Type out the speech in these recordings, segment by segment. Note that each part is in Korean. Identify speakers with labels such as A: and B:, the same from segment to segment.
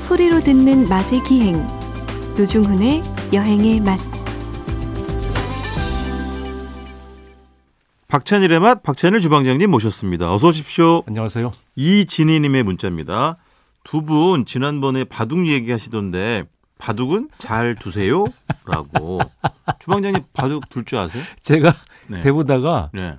A: 소리로 듣는 맛의 기행 노중훈의 여행의 맛
B: 박찬일의 맛 박찬일 주방장님 모셨습니다. 어서 오십시오.
C: 안녕하세요.
B: 이진희님의 문자입니다. 두 분 지난번에 바둑 얘기하시던데 바둑은 잘 두세요라고 주방장님 바둑 둘 줄 아세요?
C: 제가
B: 네.
C: 배우다가
B: 네.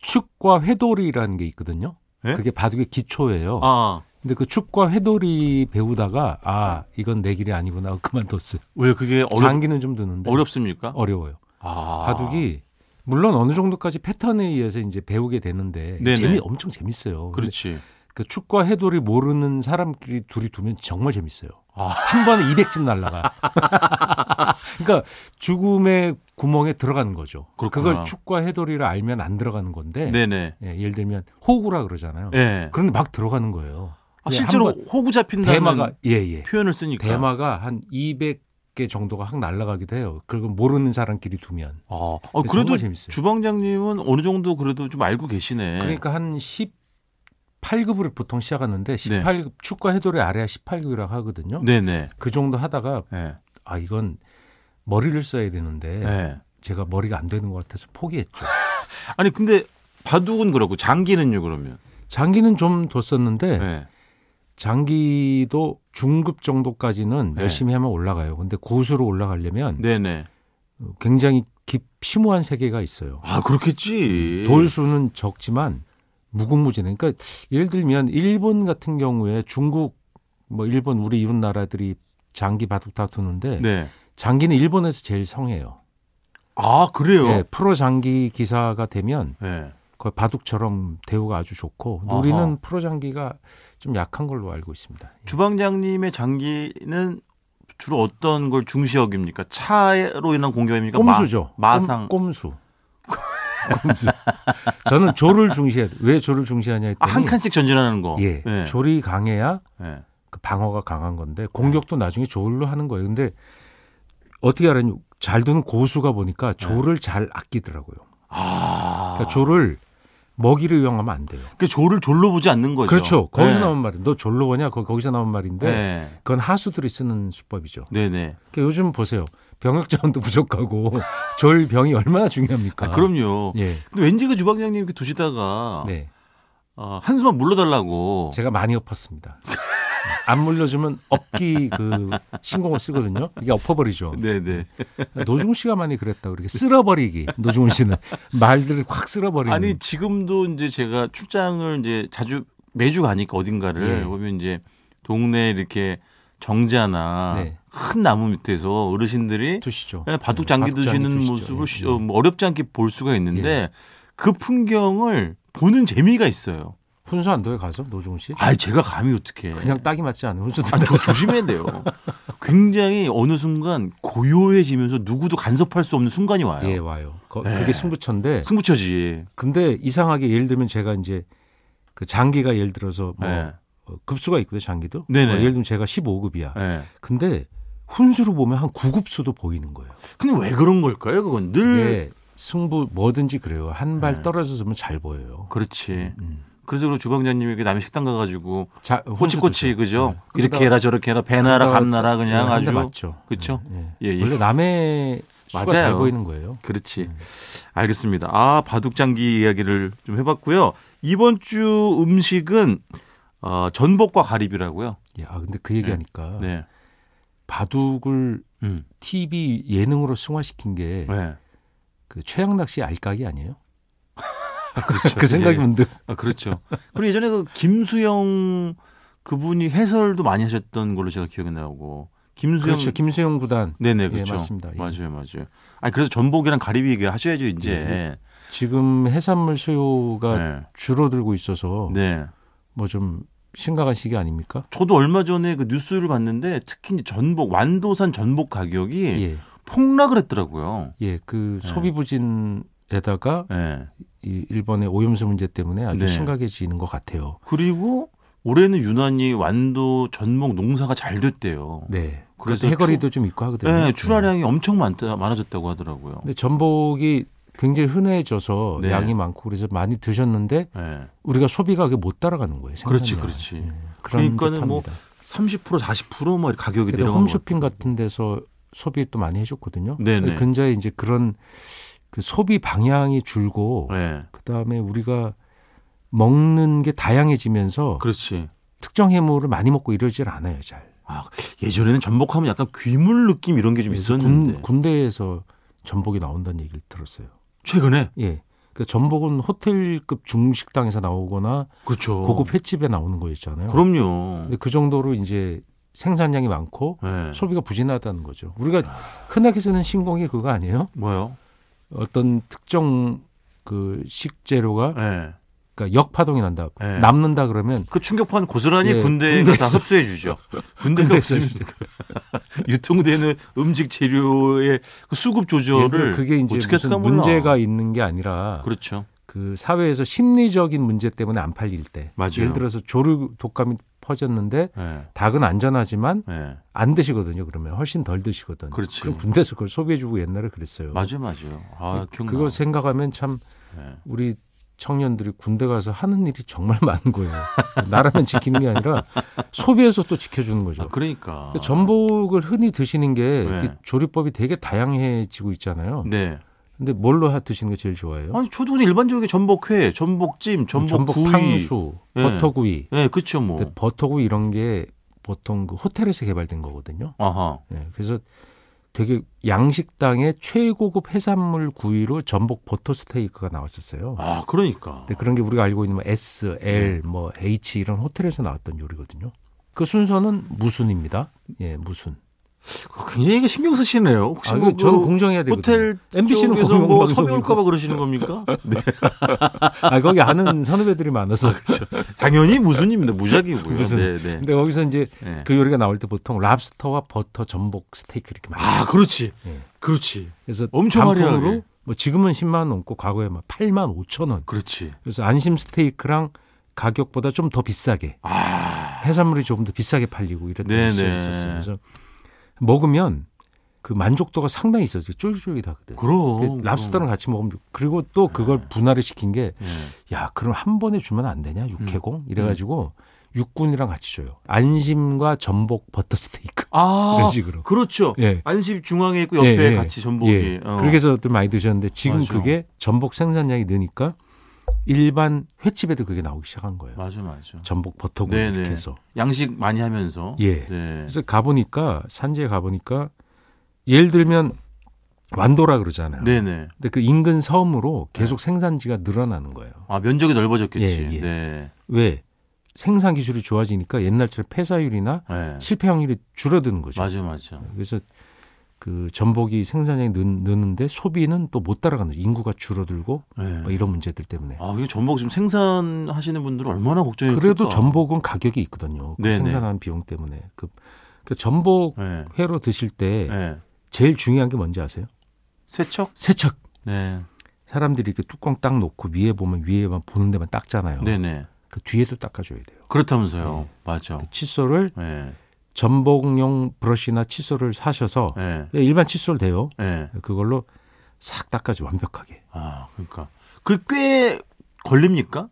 C: 축과 회돌이라는 게 있거든요.
B: 예?
C: 그게 바둑의 기초예요.
B: 아
C: 근데 그 축과 회돌이 배우다가 아 이건 내 길이 아니구나 하고 그만뒀어요.
B: 왜 그게 어렵,
C: 장기는 좀 드는데
B: 어렵습니까?
C: 네. 어려워요.
B: 아.
C: 바둑이 물론 어느 정도까지 패턴에 의해서 이제 배우게 되는데
B: 네네. 그렇죠.
C: 재미 엄청 재밌어요. 근데
B: 그렇지.
C: 그 축과 해돌이 모르는 사람끼리 둘이 두면 정말 재밌어요.
B: 아.
C: 한 번에 200집 날라가. 그러니까 죽음의 구멍에 들어가는 거죠.
B: 그렇구나.
C: 걸 축과 해돌이를 알면 안 들어가는 건데
B: 네네.
C: 예, 예를 들면 호구라 그러잖아요.
B: 예.
C: 그런데 막 들어가는 거예요.
B: 아,
C: 예,
B: 실제로
C: 네. 한번
B: 호구 잡힌다는 그러니까.
C: 대마가 예예
B: 표현을 쓰니까.
C: 대마가 한 200개 정도가 확 날라가기도 해요. 그리고 모르는 사람끼리 두면
B: 아, 어,
C: 근데
B: 그래도
C: 정말 재밌어요.
B: 주방장님은 어느 정도 그래도 좀 알고 계시네.
C: 그러니까 한 18급으로 보통
B: 네.
C: 시작하는데 18급 축과 해돌이 아래야 18급이라고 하거든요.
B: 네네.
C: 그 정도 하다가
B: 네.
C: 아 이건 머리를 써야 되는데
B: 네.
C: 제가 머리가 안 되는 것 같아서 포기했죠.
B: 아니 근데 바둑은 그렇고 장기는요 그러면.
C: 장기는 좀 뒀었는데
B: 네.
C: 장기도 중급 정도까지는
B: 네.
C: 열심히 하면 올라가요. 근데 고수로 올라가려면
B: 네네.
C: 굉장히 깊 심오한 세계가 있어요.
B: 아 그렇겠지.
C: 음, 돌수는 적지만 무궁무진해. 그러니까 예를 들면 일본 같은 경우에 중국 뭐 일본 우리 이웃 나라들이 장기 바둑 다투는데
B: 네.
C: 장기는 일본에서 제일 성해요.
B: 아 그래요.
C: 예,
B: 네.
C: 프로 장기 기사가 되면 거의 바둑처럼 대우가 아주 좋고 근데
B: 아하.
C: 우리는 프로 장기가 좀 약한 걸로 알고 있습니다.
B: 주방장님의 장기는 주로 어떤 걸 중시역입니까? 차로 인한 공격입니까? 마-
C: 꼼수죠.
B: 마상.
C: 꼼, 꼼수. 꼼수. 저는 조를 중시해. 왜 조를 중시하냐
B: 아,
C: 했더니
B: 한 칸씩 전진하는 거.
C: 네. 예,
B: 네.
C: 조리 강해야
B: 네.
C: 그 방어가 강한 건데 공격도 나중에 조울로 하는 거예요. 근데 어떻게 알았냐? 잘 두는 고수가 보니까 조를 잘 아끼더라고요.
B: 네. 아.
C: 그러니까 조를 먹이를 이용하면 안 돼요.
B: 그 조를 졸로 보지 않는 거죠.
C: 그렇죠. 거기서
B: 네.
C: 나온 말이에요. 너 졸로 보냐? 거- 거기서 나온 말인데
B: 네.
C: 그건 하수들이 쓰는 수법이죠.
B: 네네. 아,
C: 그러니까 요즘 보세요. 병역 자원도 부족하고 졸 병이 얼마나 중요합니까?
B: 아, 그럼요. 아,
C: 예.
B: 근데 왠지 그 주방장님 이렇게 두시다가
C: 네.
B: 어, 한숨만 물러달라고.
C: 제가 많이 엎었습니다. 안 물려주면 업기 그 신공을 쓰거든요. 이게 엎어버리죠.
B: 네네.
C: 노중훈 씨가 많이 그랬다 그렇게 쓸어버리기. 노중훈 씨는 말들을 확 쓸어버리는.
B: 아니 지금도 이제 제가 출장을 이제 자주 매주 가니까 어딘가를
C: 예.
B: 보면 이제 동네 이렇게 정자나
C: 네.
B: 큰 나무 밑에서 어르신들이
C: 두시죠. 네,
B: 예, 바둑 장기
C: 바둑 장기
B: 드시는
C: 두시죠.
B: 모습을
C: 예,
B: 쉬-
C: 예.
B: 어, 뭐 어렵지 않게 볼 수가 있는데 그 풍경을 보는 재미가 있어요.
C: 훈수 안 둬요 가서 노중훈 씨?
B: 아, 제가 감히 어떻게?
C: 그냥 딱이 맞지 않아요. 훈수
B: 아, 저 조심해야 돼요. 굉장히 어느 순간 고요해지면서 누구도 간섭할 수 없는 순간이 와요.
C: 예 와요. 거,
B: 예.
C: 그게 승부처인데.
B: 승부처지.
C: 근데 이상하게 예를 들면 제가 이제 그 장기가 예를 들어서 뭐
B: 예.
C: 어, 급수가 있거든요. 장기도.
B: 네네.
C: 어, 예를 들면 제가 15급이야.
B: 예.
C: 근데 훈수로 보면 한 9급수도 보이는 거예요.
B: 근데 왜 그런 걸까요? 그건 늘
C: 이게 승부 뭐든지 그래요. 한 발
B: 음. 네.
C: 떨어져서 보면 잘 보여요.
B: 그렇지.
C: 음.
B: 그래서 그 주방장님이 그 남의 식당 가가지고
C: 자,
B: 꼬치꼬치 그죠?
C: 네.
B: 이렇게 해라 저렇게 해라 배나라
C: 그러다가 네,
B: 감나라 그냥 아주
C: 맞죠.
B: 그렇죠.
C: 네.
B: 예, 예.
C: 원래 네. 남의 수가
B: 맞아요.
C: 잘 보이는 거예요.
B: 그렇지. 알겠습니다. 아 바둑장기 이야기를 좀 해봤고요. 이번 주 음식은 어, 전복과 가리비라고요.
C: 예, 아 근데 그 얘기하니까
B: 네.
C: 바둑을
B: 음.
C: TV 예능으로 승화시킨 게 그
B: 네.
C: 최양락 씨 알까기 아니에요?
B: 그렇죠.
C: 그 생각이
B: 예.
C: 문득.
B: 아, 그렇죠. 그리고 예전에 그 김수영 그분이 해설도 많이 하셨던 걸로 제가 기억이 나고 김수영
C: 그렇죠. 김수영 구단
B: 네네
C: 예,
B: 그렇죠.
C: 맞습니다. 예.
B: 맞아요, 맞아요. 아니 그래서 전복이랑 가리비 얘기 하셔야죠
C: 예.
B: 이제.
C: 지금 해산물 수요가
B: 네.
C: 줄어들고 있어서
B: 네.
C: 뭐 좀 심각한 시기 아닙니까?
B: 저도 얼마 전에 그 뉴스를 봤는데 특히 이제 전복 완도산 전복 가격이
C: 예.
B: 폭락을 했더라고요.
C: 예, 그
B: 네.
C: 소비 부진에다가
B: 예.
C: 이 일본의 오염수 문제 때문에 아주
B: 네.
C: 심각해지는 것 같아요.
B: 그리고 올해는 유난히 완도 전복 농사가 잘 됐대요.
C: 네.
B: 그래서
C: 그래서 해거리도 좀 있고 하거든요.
B: 네, 출하량이 엄청 많다, 많아졌다고 하더라고요.
C: 근데 전복이 굉장히 흔해져서
B: 네.
C: 양이 많고 그래서 많이 드셨는데
B: 예.
C: 우리가 소비가 그게 못 따라가는 거예요.
B: 그렇지,
C: 생산량을.
B: 그렇지.
C: 그런
B: 그러니까는
C: 듯합니다.
B: 뭐 30% 40%뭐 가격이
C: 그때
B: 내려간 것
C: 홈쇼핑 같은 데서 소비 또 많이 해줬거든요.
B: 네네.
C: 근자에 이제 그런 그 소비 방향이 줄고
B: 같아요. 네.
C: 그 다음에 우리가 먹는 게 다양해지면서
B: 그렇지.
C: 특정 해물을 많이 먹고 이러질 않아요, 잘.
B: 아, 예전에는 전복하면 약간 귀물 느낌 이런 게 좀
C: 그래서
B: 있었는데
C: 예, 군, 대에서 전복이 나온다는 얘기를 들었어요.
B: 최근에
C: 예. 그 전복은 호텔급 중식당에서 나오거나
B: 그렇죠.
C: 고급 횟집에 나오는 거였잖아요.
B: 그럼요.
C: 근데 그 정도로 이제 생산량이 많고
B: 네. 아.
C: 소비가 부진하다는 거죠. 우리가 흔하게 쓰는 신공이 그거 아니에요?
B: 뭐요?
C: 어떤 특정 그 식재료가
B: 예.
C: 그러니까 역파동이 난다.
B: 네.
C: 남는다 그러면
B: 그 충격파는 고스란히
C: 예,
B: 군대가 다
C: 군대에서-
B: 흡수해 주죠. 군대가
C: 군대에서
B: 없으면 유통되는 음식 재료의 그 수급 조절을
C: 그게
B: 어떻게
C: 이제 무슨
B: 했을까 몰라.
C: 문제가 있는 게 아니라
B: 그렇죠.
C: 그 사회에서 심리적인 문제 때문에 안 팔릴 때
B: 맞아요.
C: 예를 들어서 조류 독감이 퍼졌는데
B: 예.
C: 닭은 안전하지만
B: 예.
C: 안 드시거든요. 그러면 훨씬 덜 드시거든요.
B: 그렇지.
C: 럼 군대에서 그걸 소비해주고 옛날에 그랬어요.
B: 맞아요, 맞아요. 아, 기억나.
C: 그거 생각하면 참
B: 예.
C: 우리 청년들이 군대 가서 하는 일이 정말 많은 거예요. 나라면 지키는 게 아니라 소비해서 또 지켜주는 거죠.
B: 아, 그러니까.
C: 그러니까 전복을 흔히 드시는 게
B: 네.
C: 이 조리법이 되게 다양해지고 있잖아요.
B: 네.
C: 근데 뭘로 하- 드시는 거 제일 좋아해요? 뭐
B: 아니 저도 그냥 일반적인 전복회, 전복찜, 전복구이.
C: 탕수,
B: 예.
C: 버터구이.
B: 예, 그렇죠 뭐.
C: 근데 버터구이 이런 게 보통 그 호텔에서 개발된 거거든요.
B: 아하.
C: 예, 그래서 되게 양식당의 최고급 해산물 구이로 전복 버터 스테이크가 나왔었어요.
B: 아, 예. 그러니까.
C: 근데 그런 게 우리가 알고 있는 뭐 S, L, 뭐 H 이런 호텔에서 나왔던 요리거든요. 그 순서는 무순입니다. 예, 무순.
B: 그 굉장히 이거 신경 쓰시네요. 혹시
C: 아,
B: 뭐
C: 이거 저는
B: 그
C: 공정해야 되거든요.
B: 호텔
C: MBC 는
B: 쪽에서 뭐
C: 공영방송이고.
B: 섭외 올까봐 그러시는 겁니까? 네.
C: 아, 거기 아는 선후배들이 많아서.
B: 그렇죠. 당연히 무슨입니다. 무작위고요.
C: 무슨.
B: 네, 네.
C: 근데 거기서 이제
B: 네.
C: 그 요리가 나올 때 보통 랍스터와 버터 전복 스테이크 이렇게 많이.
B: 아, 그렇지.
C: 예.
B: 그렇지.
C: 그래서
B: 엄청
C: 단품으로
B: 화려하게.
C: 뭐 지금은 10만 원 넘고 과거에 막 8만 5천 원.
B: 그렇지.
C: 그래서 안심 스테이크랑 가격보다 좀 더 비싸게
B: 아,
C: 해산물이 조금 더 비싸게 팔리고 이랬던
B: 네네.
C: 시절이 있었어요. 그래서 먹으면 그 만족도가 상당히 있었어요. 쫄깃쫄깃하거든.
B: 그럼. 아.
C: 랍스터랑 같이 먹으면 그리고 또 그걸 분할을 시킨 게
B: 그럼. 예.
C: 야, 그럼 한 번에 주면 안 되냐? 육해공?
B: 음.
C: 이래가지고 육군이랑 같이 줘요. 안심과 전복 버터 스테이크.
B: 아,
C: 이런 식으로.
B: 그렇죠.
C: 예.
B: 안심 중앙에 있고 옆에
C: 예, 예.
B: 같이 전복이.
C: 예.
B: 어.
C: 그렇게 해서들 많이 드셨는데 지금
B: 맞아.
C: 그게 전복 생산량이 느니까 일반 횟집에도 그게 나오기 시작한 거예요.
B: 맞아, 맞아.
C: 전복 버터구이
B: 네네.
C: 이렇게 해서.
B: 양식 많이 하면서.
C: 예.
B: 네.
C: 그래서 가보니까 산지에 가보니까 예를 들면 완도라 그러잖아요.
B: 네네. 네.
C: 근데 그 인근 섬으로 계속 생산지가 늘어나는 거예요.
B: 아, 면적이 넓어졌겠지.
C: 예, 예.
B: 네.
C: 왜? 생산 기술이 좋아지니까 옛날처럼 폐사율이나
B: 네.
C: 실패 확률이 줄어드는 거죠.
B: 맞아, 맞아.
C: 그래서 그 전복이 생산량이 느, 느는데 소비는 또 못 따라가는 거죠. 인구가 줄어들고
B: 네.
C: 뭐 이런 문제들 때문에.
B: 아, 이게 전복 지금 생산하시는 분들은 얼마나 걱정이
C: 그래도
B: 클까?
C: 전복은 가격이 있거든요.
B: 그렇죠.
C: 그
B: 네네.
C: 생산하는 비용 때문에. 그, 그 전복
B: 네.
C: 회로 드실 때
B: 네.
C: 제일 중요한 게 뭔지 아세요?
B: 세척?
C: 세척.
B: 네.
C: 사람들이 이렇게 뚜껑 딱 놓고 위에 보면 위에만 보는 데만 닦잖아요.
B: 네네.
C: 그 뒤에도 닦아줘야 돼요.
B: 그렇다면서요. 맞아.
C: 그 칫솔을
B: 예.
C: 전복용 브러쉬나 칫솔을 사셔서
B: 예.
C: 일반 칫솔 돼요.
B: 예.
C: 그걸로 싹 닦아줘 완벽하게.
B: 아, 그러니까 그 꽤 걸립니까?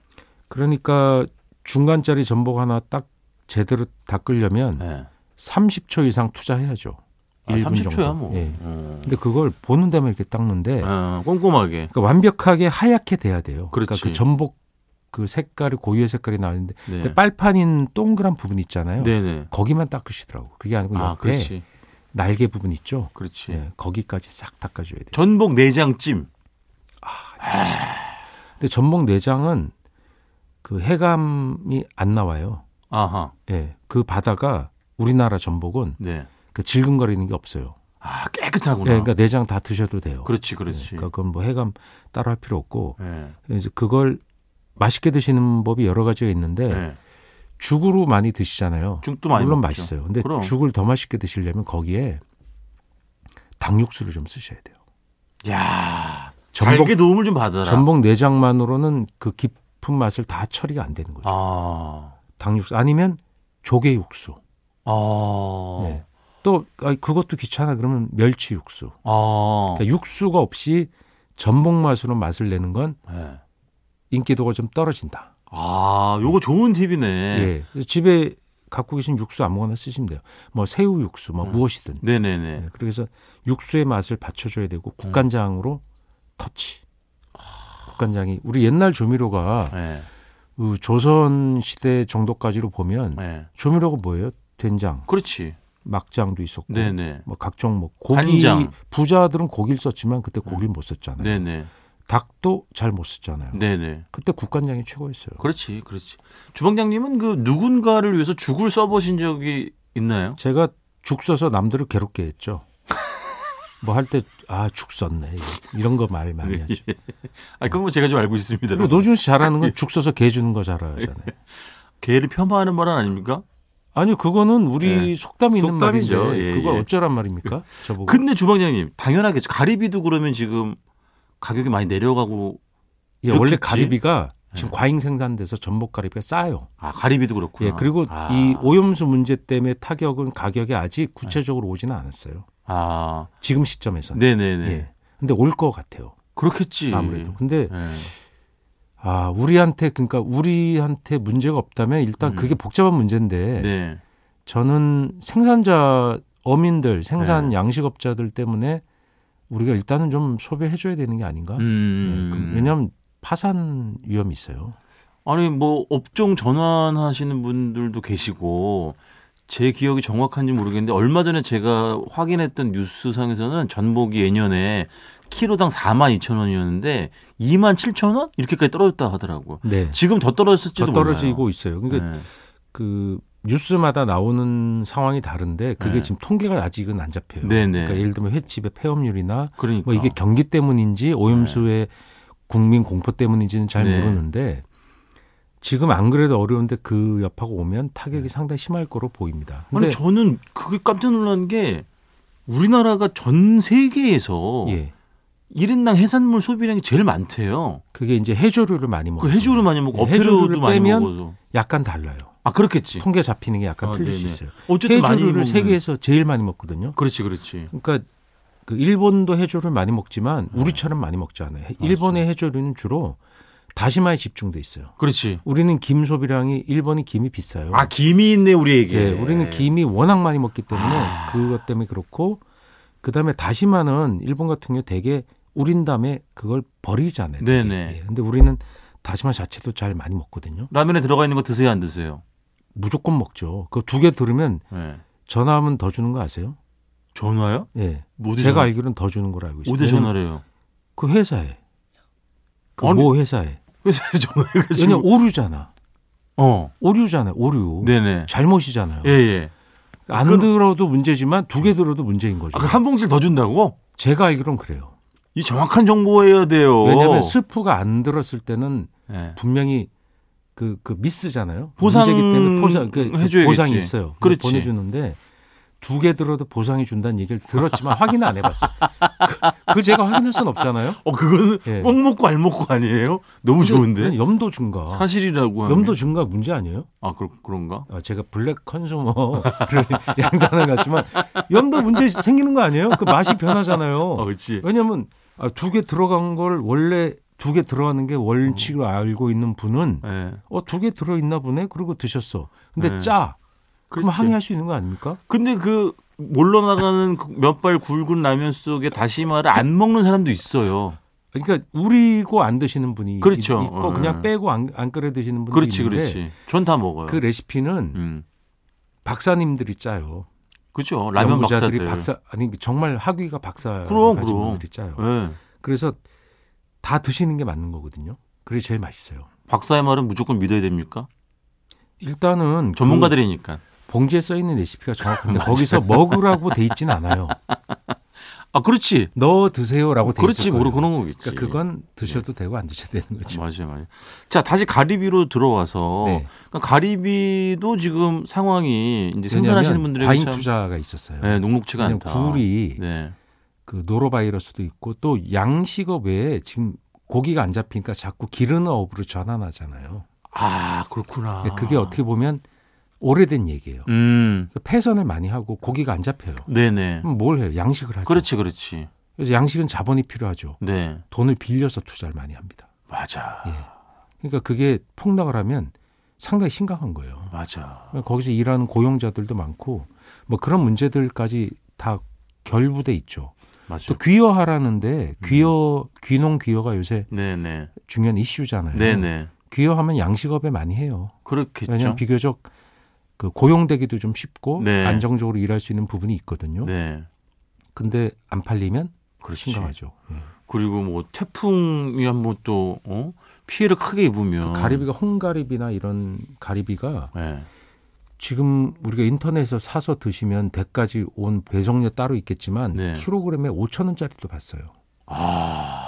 C: 그러니까 중간짜리 전복 하나 딱 제대로 닦으려면
B: 예.
C: 30초 이상 투자해야죠.
B: 아,
C: 1분
B: 30초야
C: 정도.
B: 뭐.
C: 예.
B: 어.
C: 근데 그걸 보는 데만 이렇게 닦는데
B: 아, 꼼꼼하게.
C: 그러니까 완벽하게 하얗게 돼야 돼요. 러니까
B: 그렇지.
C: 그 전복 그 색깔이 고유의 색깔이 나는데
B: 네.
C: 근데 그 빨판인 동그란 부분 있잖아요.
B: 네네.
C: 거기만 닦으시더라고. 그게 아니고
B: 아,
C: 옆에
B: 그렇지. 네.
C: 날개 부분 있죠.
B: 그렇지.
C: 예, 거기까지 싹 닦아줘야 돼요.
B: 전복 내장찜.
C: 근데 전복 내장은 그 해감이 안 나와요.
B: 아하.
C: 예, 그 바다가 우리나라 전복은
B: 네.
C: 그 질근거리는 게 없어요.
B: 아,
C: 예,
B: 깨끗하구나.
C: 그러니까 내장 다 드셔도 돼요.
B: 렇지
C: 예,
B: 그렇지.
C: 그러니까 그건 뭐 해감 따로 할 필요 없고
B: 예.
C: 이제 그걸 맛있게 드시는 법이 여러 가지가 있는데
B: 예.
C: 죽으로 많이 드시잖아요.
B: 죽도 많이
C: 물론
B: 먹죠.
C: 맛있어요. 근데
B: 그럼.
C: 죽을 더 맛있게 드시려면 거기에 닭육수를 좀 쓰셔야 돼요.
B: 예. 야.
C: 전복-
B: 달게 도움을 좀 받아라.
C: 전복 내장만으로는 그 깊은 맛을 다 처리가 안 되는 거죠.
B: 아.
C: 닭육수 아니면 조개 육수.
B: 아.
C: 네. 또 아, 그것도 귀찮아 그러면 멸치 육수.
B: 아.
C: 그러니까 육수가 없이 전복 맛으로 맛을 내는 건
B: 예.
C: 인기도가 좀 떨어진다.
B: 아, 요거 좋은 팁이네.
C: 예. 그래서 집에 갖고 계신 육수 아무거나 쓰시면 돼요. 뭐 새우 육수, 뭐
B: 음.
C: 무엇이든.
B: 네네네.
C: 네, 그래서 육수의 맛을 받쳐줘야 되고
B: 음.
C: 국간장으로 터치. 국간장이 우리 옛날 조미료가
B: 네.
C: 그 조선 시대 정도까지로 보면
B: 네.
C: 조미료가 뭐예요? 된장,
B: 그렇지.
C: 막장도 있었고,
B: 네네.
C: 뭐 각종 뭐 고기
B: 간장. 음.
C: 부자들은 고기를 썼지만 그때 고기를 못 썼잖아요.
B: 네네.
C: 닭도 잘 못 썼잖아요.
B: 네네.
C: 그때 국간장이 최고였어요.
B: 그렇지, 그렇지. 주방장님은 그 누군가를 위해서 죽을 써보신 적이 있나요?
C: 제가 죽 써서 남들을 괴롭게 했죠. 뭐 할 때 아 죽 썼네 이런 거 말
B: 예,
C: 많이 하죠.
B: 아, 그건 뭐 제가 좀 알고 있습니다.
C: 그리고 노준 씨 잘하는
B: 예.
C: 건 죽 써서 개 주는 거 잘하잖아요.
B: 개를 폄하하는 말은 아닙니까?
C: 아니 그거는 우리
B: 예.
C: 속담이 있는
B: 속담이죠.
C: 말인데
B: 예,
C: 그거
B: 예.
C: 어쩌란 말입니까? 저보고
B: 근데 주방장님, 당연하겠죠. 가리비도 그러면 지금 가격이 많이 내려가고,
C: 예, 원래
B: 그렇겠지. 예.
C: 가리비가 지금 과잉 생산돼서 전복 가리비가 싸요.
B: 아, 가리비도 그렇구나.
C: 예, 그리고
B: 아,
C: 이 오염수 문제 때문에 타격은 가격이 아직 구체적으로 오지는 않았어요.
B: 아,
C: 지금 시점에서는.
B: 네네네.
C: 예. 근데 올 것 같아요.
B: 그렇겠지.
C: 아무래도. 근데
B: 예.
C: 아 우리한테 그러니까 우리한테 문제가 없다면 일단
B: 음.
C: 그게 복잡한 문제인데
B: 네.
C: 저는 생산자 어민들 생산
B: 네.
C: 양식업자들 때문에 우리가 일단은 좀 소비해줘야 되는 게 아닌가? 네,
B: 음.
C: 그- 왜냐하면 파산 위험이 있어요.
B: 아니 뭐 업종 전환하시는 분들도 계시고 제 기억이 정확한지 모르겠는데 얼마 전에 제가 확인했던 뉴스상에서는 전복이 예년에 키로당 4만 2천 원이었는데 2만 7천 원 이렇게까지 떨어졌다 하더라고. 요
C: 네.
B: 지금 더 떨어졌을지도
C: 더 떨어지고
B: 몰라요.
C: 있어요. 그러니까
B: 네.
C: 그 뉴스마다 나오는 상황이 다른데 그게
B: 네.
C: 지금 통계가 아직은 안 잡혀요.
B: 네네.
C: 그러니까 예를 들면 횟집의 폐업률이나
B: 그러니까.
C: 뭐 이게 경기 때문인지 오염수의 국민 공포 때문인지는 잘
B: 네.
C: 모르는데 지금 안 그래도 어려운데 그 옆하고 오면 타격이 상당히 심할 거로 보입니다.
B: 네. 아니
C: 근데
B: 저는 그게 깜짝 놀란 게 우리나라가 전 세계에서
C: 예.
B: 일인당 해산물 소비량이 제일 많대요.
C: 그게 이제 해조류를 많이 먹어요.
B: 그 해조를 많이 먹고
C: 예, 해조류를
B: 어패류도 많이
C: 빼면
B: 먹어서.
C: 약간 달라요.
B: 아 그렇겠지.
C: 통계 잡히는 게 약간
B: 아,
C: 틀릴
B: 네네.
C: 수 있어요.
B: 어쨌든 많이
C: 해조류를
B: 먹는-
C: 세계에서 제일 많이 먹거든요.
B: 그렇지, 그렇지.
C: 그러니까 그 일본도 해조를 많이 먹지만
B: 네.
C: 우리처럼 많이 먹지 않아요. 일본의 해조류는 주로 다시마에 집중돼 있어요.
B: 그렇지.
C: 우리는 김 소비량이 일본이 김이 비싸요.
B: 아 김이 있네 우리에게.
C: 예, 우리는 김이 워낙 많이 먹기 때문에
B: 아.
C: 그것 때문에 그렇고 그다음에 다시마는 일본 같은 경우 되게 우린 다음에 그걸 버리잖아요. 되게.
B: 네네.
C: 예, 근데 우리는 다시마 자체도 잘 많이 먹거든요.
B: 라면에 들어가 있는 거 드세요 안 드세요?
C: 무조건 먹죠. 그 두 개 들으면
B: 예.
C: 전화하면 더 주는 거 아세요?
B: 전화요?
C: 예.
B: 뭐
C: 제가 알기로는 더 주는 걸 알고 있어요.
B: 어디
C: 왜냐면
B: 전화래요?
C: 그 회사에.
B: 아니-
C: 그모 뭐 회사에.
B: 회사에서 전화해가지고.
C: 왜냐 면 오류잖아.
B: 어.
C: 오류잖아요. 오류.
B: 네네.
C: 잘못이잖아요.
B: 예예.
C: 안
B: 그건-
C: 들어도 문제지만 두 개 들어도 문제인 거죠.
B: 아, 그한 봉지를 더 준다고?
C: 제가 알기로는 그래요.
B: 이 정확한 정보여야 돼요.
C: 왜냐하면 스프가 안 들었을 때는
B: 예.
C: 분명히 그, 그 미스잖아요.
B: 보상
C: 문제기 때문에 보상, 그, 그
B: 해줘야겠지.
C: 보상이 있어요. 그걸
B: 그렇지.
C: 보내주는데 두 개 들어도 보상이 준다는 얘기를 들었지만 확인은 안 해봤어요. 그, 그 제가 확인할 수는 없잖아요.
B: 어 그거는
C: 예.
B: 꽁 먹고 알 먹고 아니에요? 너무
C: 그냥
B: 좋은데. 아,
C: 염도 증가.
B: 사실이라고 하면.
C: 염도 증가 문제 아니에요?
B: 아 그, 그런가?
C: 아, 제가 블랙 컨슈머를 양산을 갔지만 염도 문제 생기는 거 아니에요? 그 맛이 변하잖아요.
B: 아 그렇지.
C: 왜냐면 하 두개 들어간 걸 원래 두 개 들어가는 게 원칙으로 알고 있는 분은
B: 예.
C: 어 두 개 들어 있나 보네. 그리고 드셨어. 근데
B: 네.
C: 짜. 그럼
B: 그렇지.
C: 항의할 수 있는 거 아닙니까?
B: 근데 그 몰러나가는 몇 발 굵은 라면 속에 다시마를 안 먹는 사람도 있어요.
C: 그러니까 우리고 안 드시는 분이
B: 그렇죠.
C: 있- 있고
B: 어,
C: 그냥
B: 예.
C: 빼고 안, 안 끓여 드시는 분이
B: 그렇지,
C: 있는데
B: 그렇지. 전 다 먹어요.
C: 그 레시피는
B: 음.
C: 박사님들이 짜요.
B: 그죠. 그렇죠. 라면
C: 연구자들이
B: 박사들.
C: 박사 아니 정말 학위가 박사
B: 그럼,
C: 가진
B: 그럼.
C: 분들이 짜요.
B: 예.
C: 그래서 다 드시는 게 맞는 거거든요. 그게 제일 맛있어요.
B: 박사의 말은 무조건 믿어야 됩니까?
C: 일단은 그
B: 전문가들이니까.
C: 봉지에 써 있는 레시피가 정확한데 거기서 먹으라고 돼 있진 않아요.
B: 아, 그렇지.
C: 넣어 드세요라고 돼
B: 그렇지.
C: 있을
B: 모르
C: 거예요.
B: 그런 거겠지.
C: 그러니까 그건 드셔도 되고 안 드셔도 되는 거죠.
B: 맞아요, 맞아요. 자, 다시 가리비로 들어와서
C: 네.
B: 그러니까 가리비도 지금 상황이 이제 생산하시는
C: 왜냐하면
B: 분들에게
C: 과잉
B: 참
C: 투자가 있었어요.
B: 예, 녹록치가
C: 왜냐하면
B: 않다.
C: 굴이
B: 네.
C: 그 노로바이러스도 있고 또 양식업 외에 지금 고기가 안 잡히니까 자꾸 기름업으로 전환하잖아요.
B: 아, 그렇구나.
C: 근데 네, 그게 어떻게 보면 오래된 얘기예요.
B: 음.
C: 그러니까 패선을 많이 하고 고기가 안 잡혀요.
B: 네, 네.
C: 그럼 뭘 해요? 양식을 하죠.
B: 그렇지, 그렇지.
C: 그래서 양식은 자본이 필요하죠.
B: 네. 예.
C: 돈을 빌려서 투자를 많이 합니다.
B: 맞아.
C: 그러니까 그게 폭락을 하면 상당히 심각한 거예요. 그러니까
B: 맞아.
C: 거기서 일하는 고용자들도 많고 뭐 그런 문제들까지 다 결부돼 있죠.
B: 맞아.
C: 또 귀여하라는데 귀여 귀농 귀여가 요새
B: 네네.
C: 중요한 이슈잖아요.
B: 네네.
C: 귀여하면 양식업에 많이 해요.
B: 그렇겠죠.
C: 왜냐하면 비교적 그 고용되기도 좀 쉽고
B: 네.
C: 안정적으로 일할 수 있는 부분이 있거든요.
B: 네.
C: 근데 안 팔리면
B: 그렇지.
C: 심각하죠. 예.
B: 그리고 뭐 태풍이 한번 또 어? 피해를 크게 입으면
C: 그 가리비가 홍가리비나 이런 가리비가
B: 네.
C: 지금 우리가 인터넷에서 사서 드시면 대까지 온 배송료 따로 있겠지만
B: 네.
C: 킬로그램에 5천 원짜리도 봤어요.
B: 아.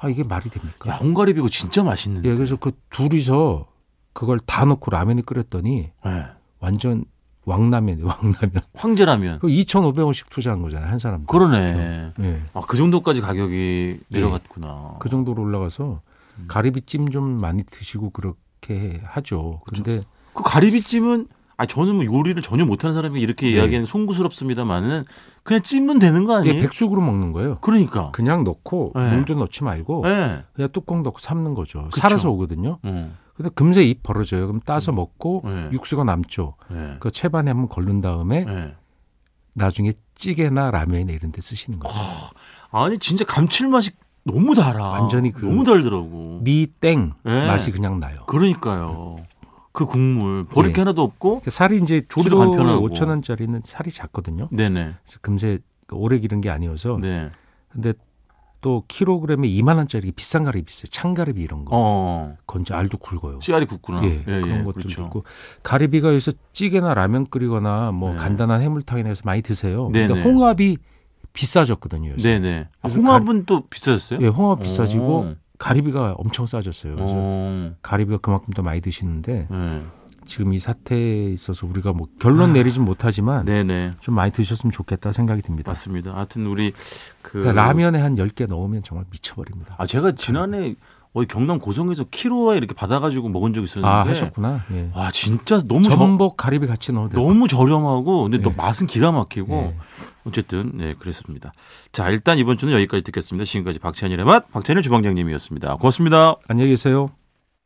C: 아 이게 말이
B: 야,
C: 됩니까?
B: 홍가리비고 진짜 맛있는데.
C: 예, 그래서 그 둘이서 그걸 다 넣고 라면을 끓였더니
B: 네.
C: 완전 왕라면이 왕라면.
B: 황제라면.
C: 그 2,500원씩 투자한 거잖아요 한 사람.
B: 그러네.
C: 예.
B: 아, 그 정도까지 가격이
C: 예.
B: 내려갔구나.
C: 그 정도로 올라가서
B: 음.
C: 가리비찜 좀 많이 드시고 그렇게 하죠. 근데
B: 그 가리비찜은 아 저는 뭐 요리를 전혀 못하는 사람이 이렇게
C: 네.
B: 이야기하는 송구스럽습니다만은 그냥 찜은 되는 거 아니에요?
C: 이게 예, 백숙으로 먹는 거예요.
B: 그러니까.
C: 그냥 넣고
B: 네.
C: 물도 넣지 말고
B: 예.
C: 그냥 뚜껑 넣고 삶는 거죠.
B: 그쵸.
C: 살아서 오거든요.
B: 어,
C: 근데 금세 입 벌어져요. 그럼 따서 먹고
B: 네.
C: 육수가 남죠.
B: 예.
C: 그 채반에 한번 걸른 다음에
B: 예.
C: 나중에 찌개나 라면이나 이런 데 쓰시는
B: 아.
C: 거예요.
B: 아니 진짜 감칠맛이 너무 달아.
C: 완전히 그-
B: 너무 달더라고.
C: 미땡
B: 네.
C: 맛이 그냥 나요.
B: 그러니까요. 그 국물 버릴
C: 네.
B: 게 하나도 없고.
C: 살이 이제
B: 조리도
C: 킬로에
B: 간편하고.
C: 5천 원짜리는 살이 작거든요.
B: 네네.
C: 그래서 금세 오래 기른 게 아니어서
B: 네.
C: 근데 또 킬로그램에 2만 원짜리 비싼 가리비 있어요. 참가리비 이런 거.
B: 어.
C: 건지 알도 굵어요.
B: 씨알이 굳구나.
C: 예,
B: 예, 예.
C: 그런 것도
B: 그렇죠.
C: 있고 가리비가 여기서 찌개나 라면 끓이거나 뭐
B: 네.
C: 간단한 해물탕이나 해서 많이 드세요.
B: 네, 네.
C: 근데 홍합이 비싸졌거든요. 요새.
B: 네네. 아,
C: 그래서
B: 홍합은 또 비싸졌어요?
C: 예, 홍합 비싸지고
B: 네. 오.
C: 가리비가 엄청 싸졌어요. 그래서
B: 어.
C: 가리비가 그만큼 더 많이 드시는데
B: 예.
C: 지금 이 사태에 있어서 우리가 뭐 결론 내리진 못하지만
B: 아. 네네.
C: 좀 많이 드셨으면 좋겠다 생각이 듭니다.
B: 맞습니다. 하여튼 우리 그
C: 라면에 한 10개 넣으면 정말 미쳐버립니다.
B: 아 제가 지난해 어디 경남 고성에서 키로에 이렇게 받아가지고 먹은 적이 있었는데
C: 아, 하셨구나. 예.
B: 와 진짜 너무 저,
C: 전복 가리비 같이 넣어도
B: 너무 저렴하고 근데 또
C: 예.
B: 맛은 기가 막히고
C: 예.
B: 어쨌든 네 그랬습니다. 자 일단 이번 주는 여기까지 듣겠습니다. 지금까지 박찬일의 맛 박찬일 주방장님이었습니다. 고맙습니다.
C: 안녕히 계세요.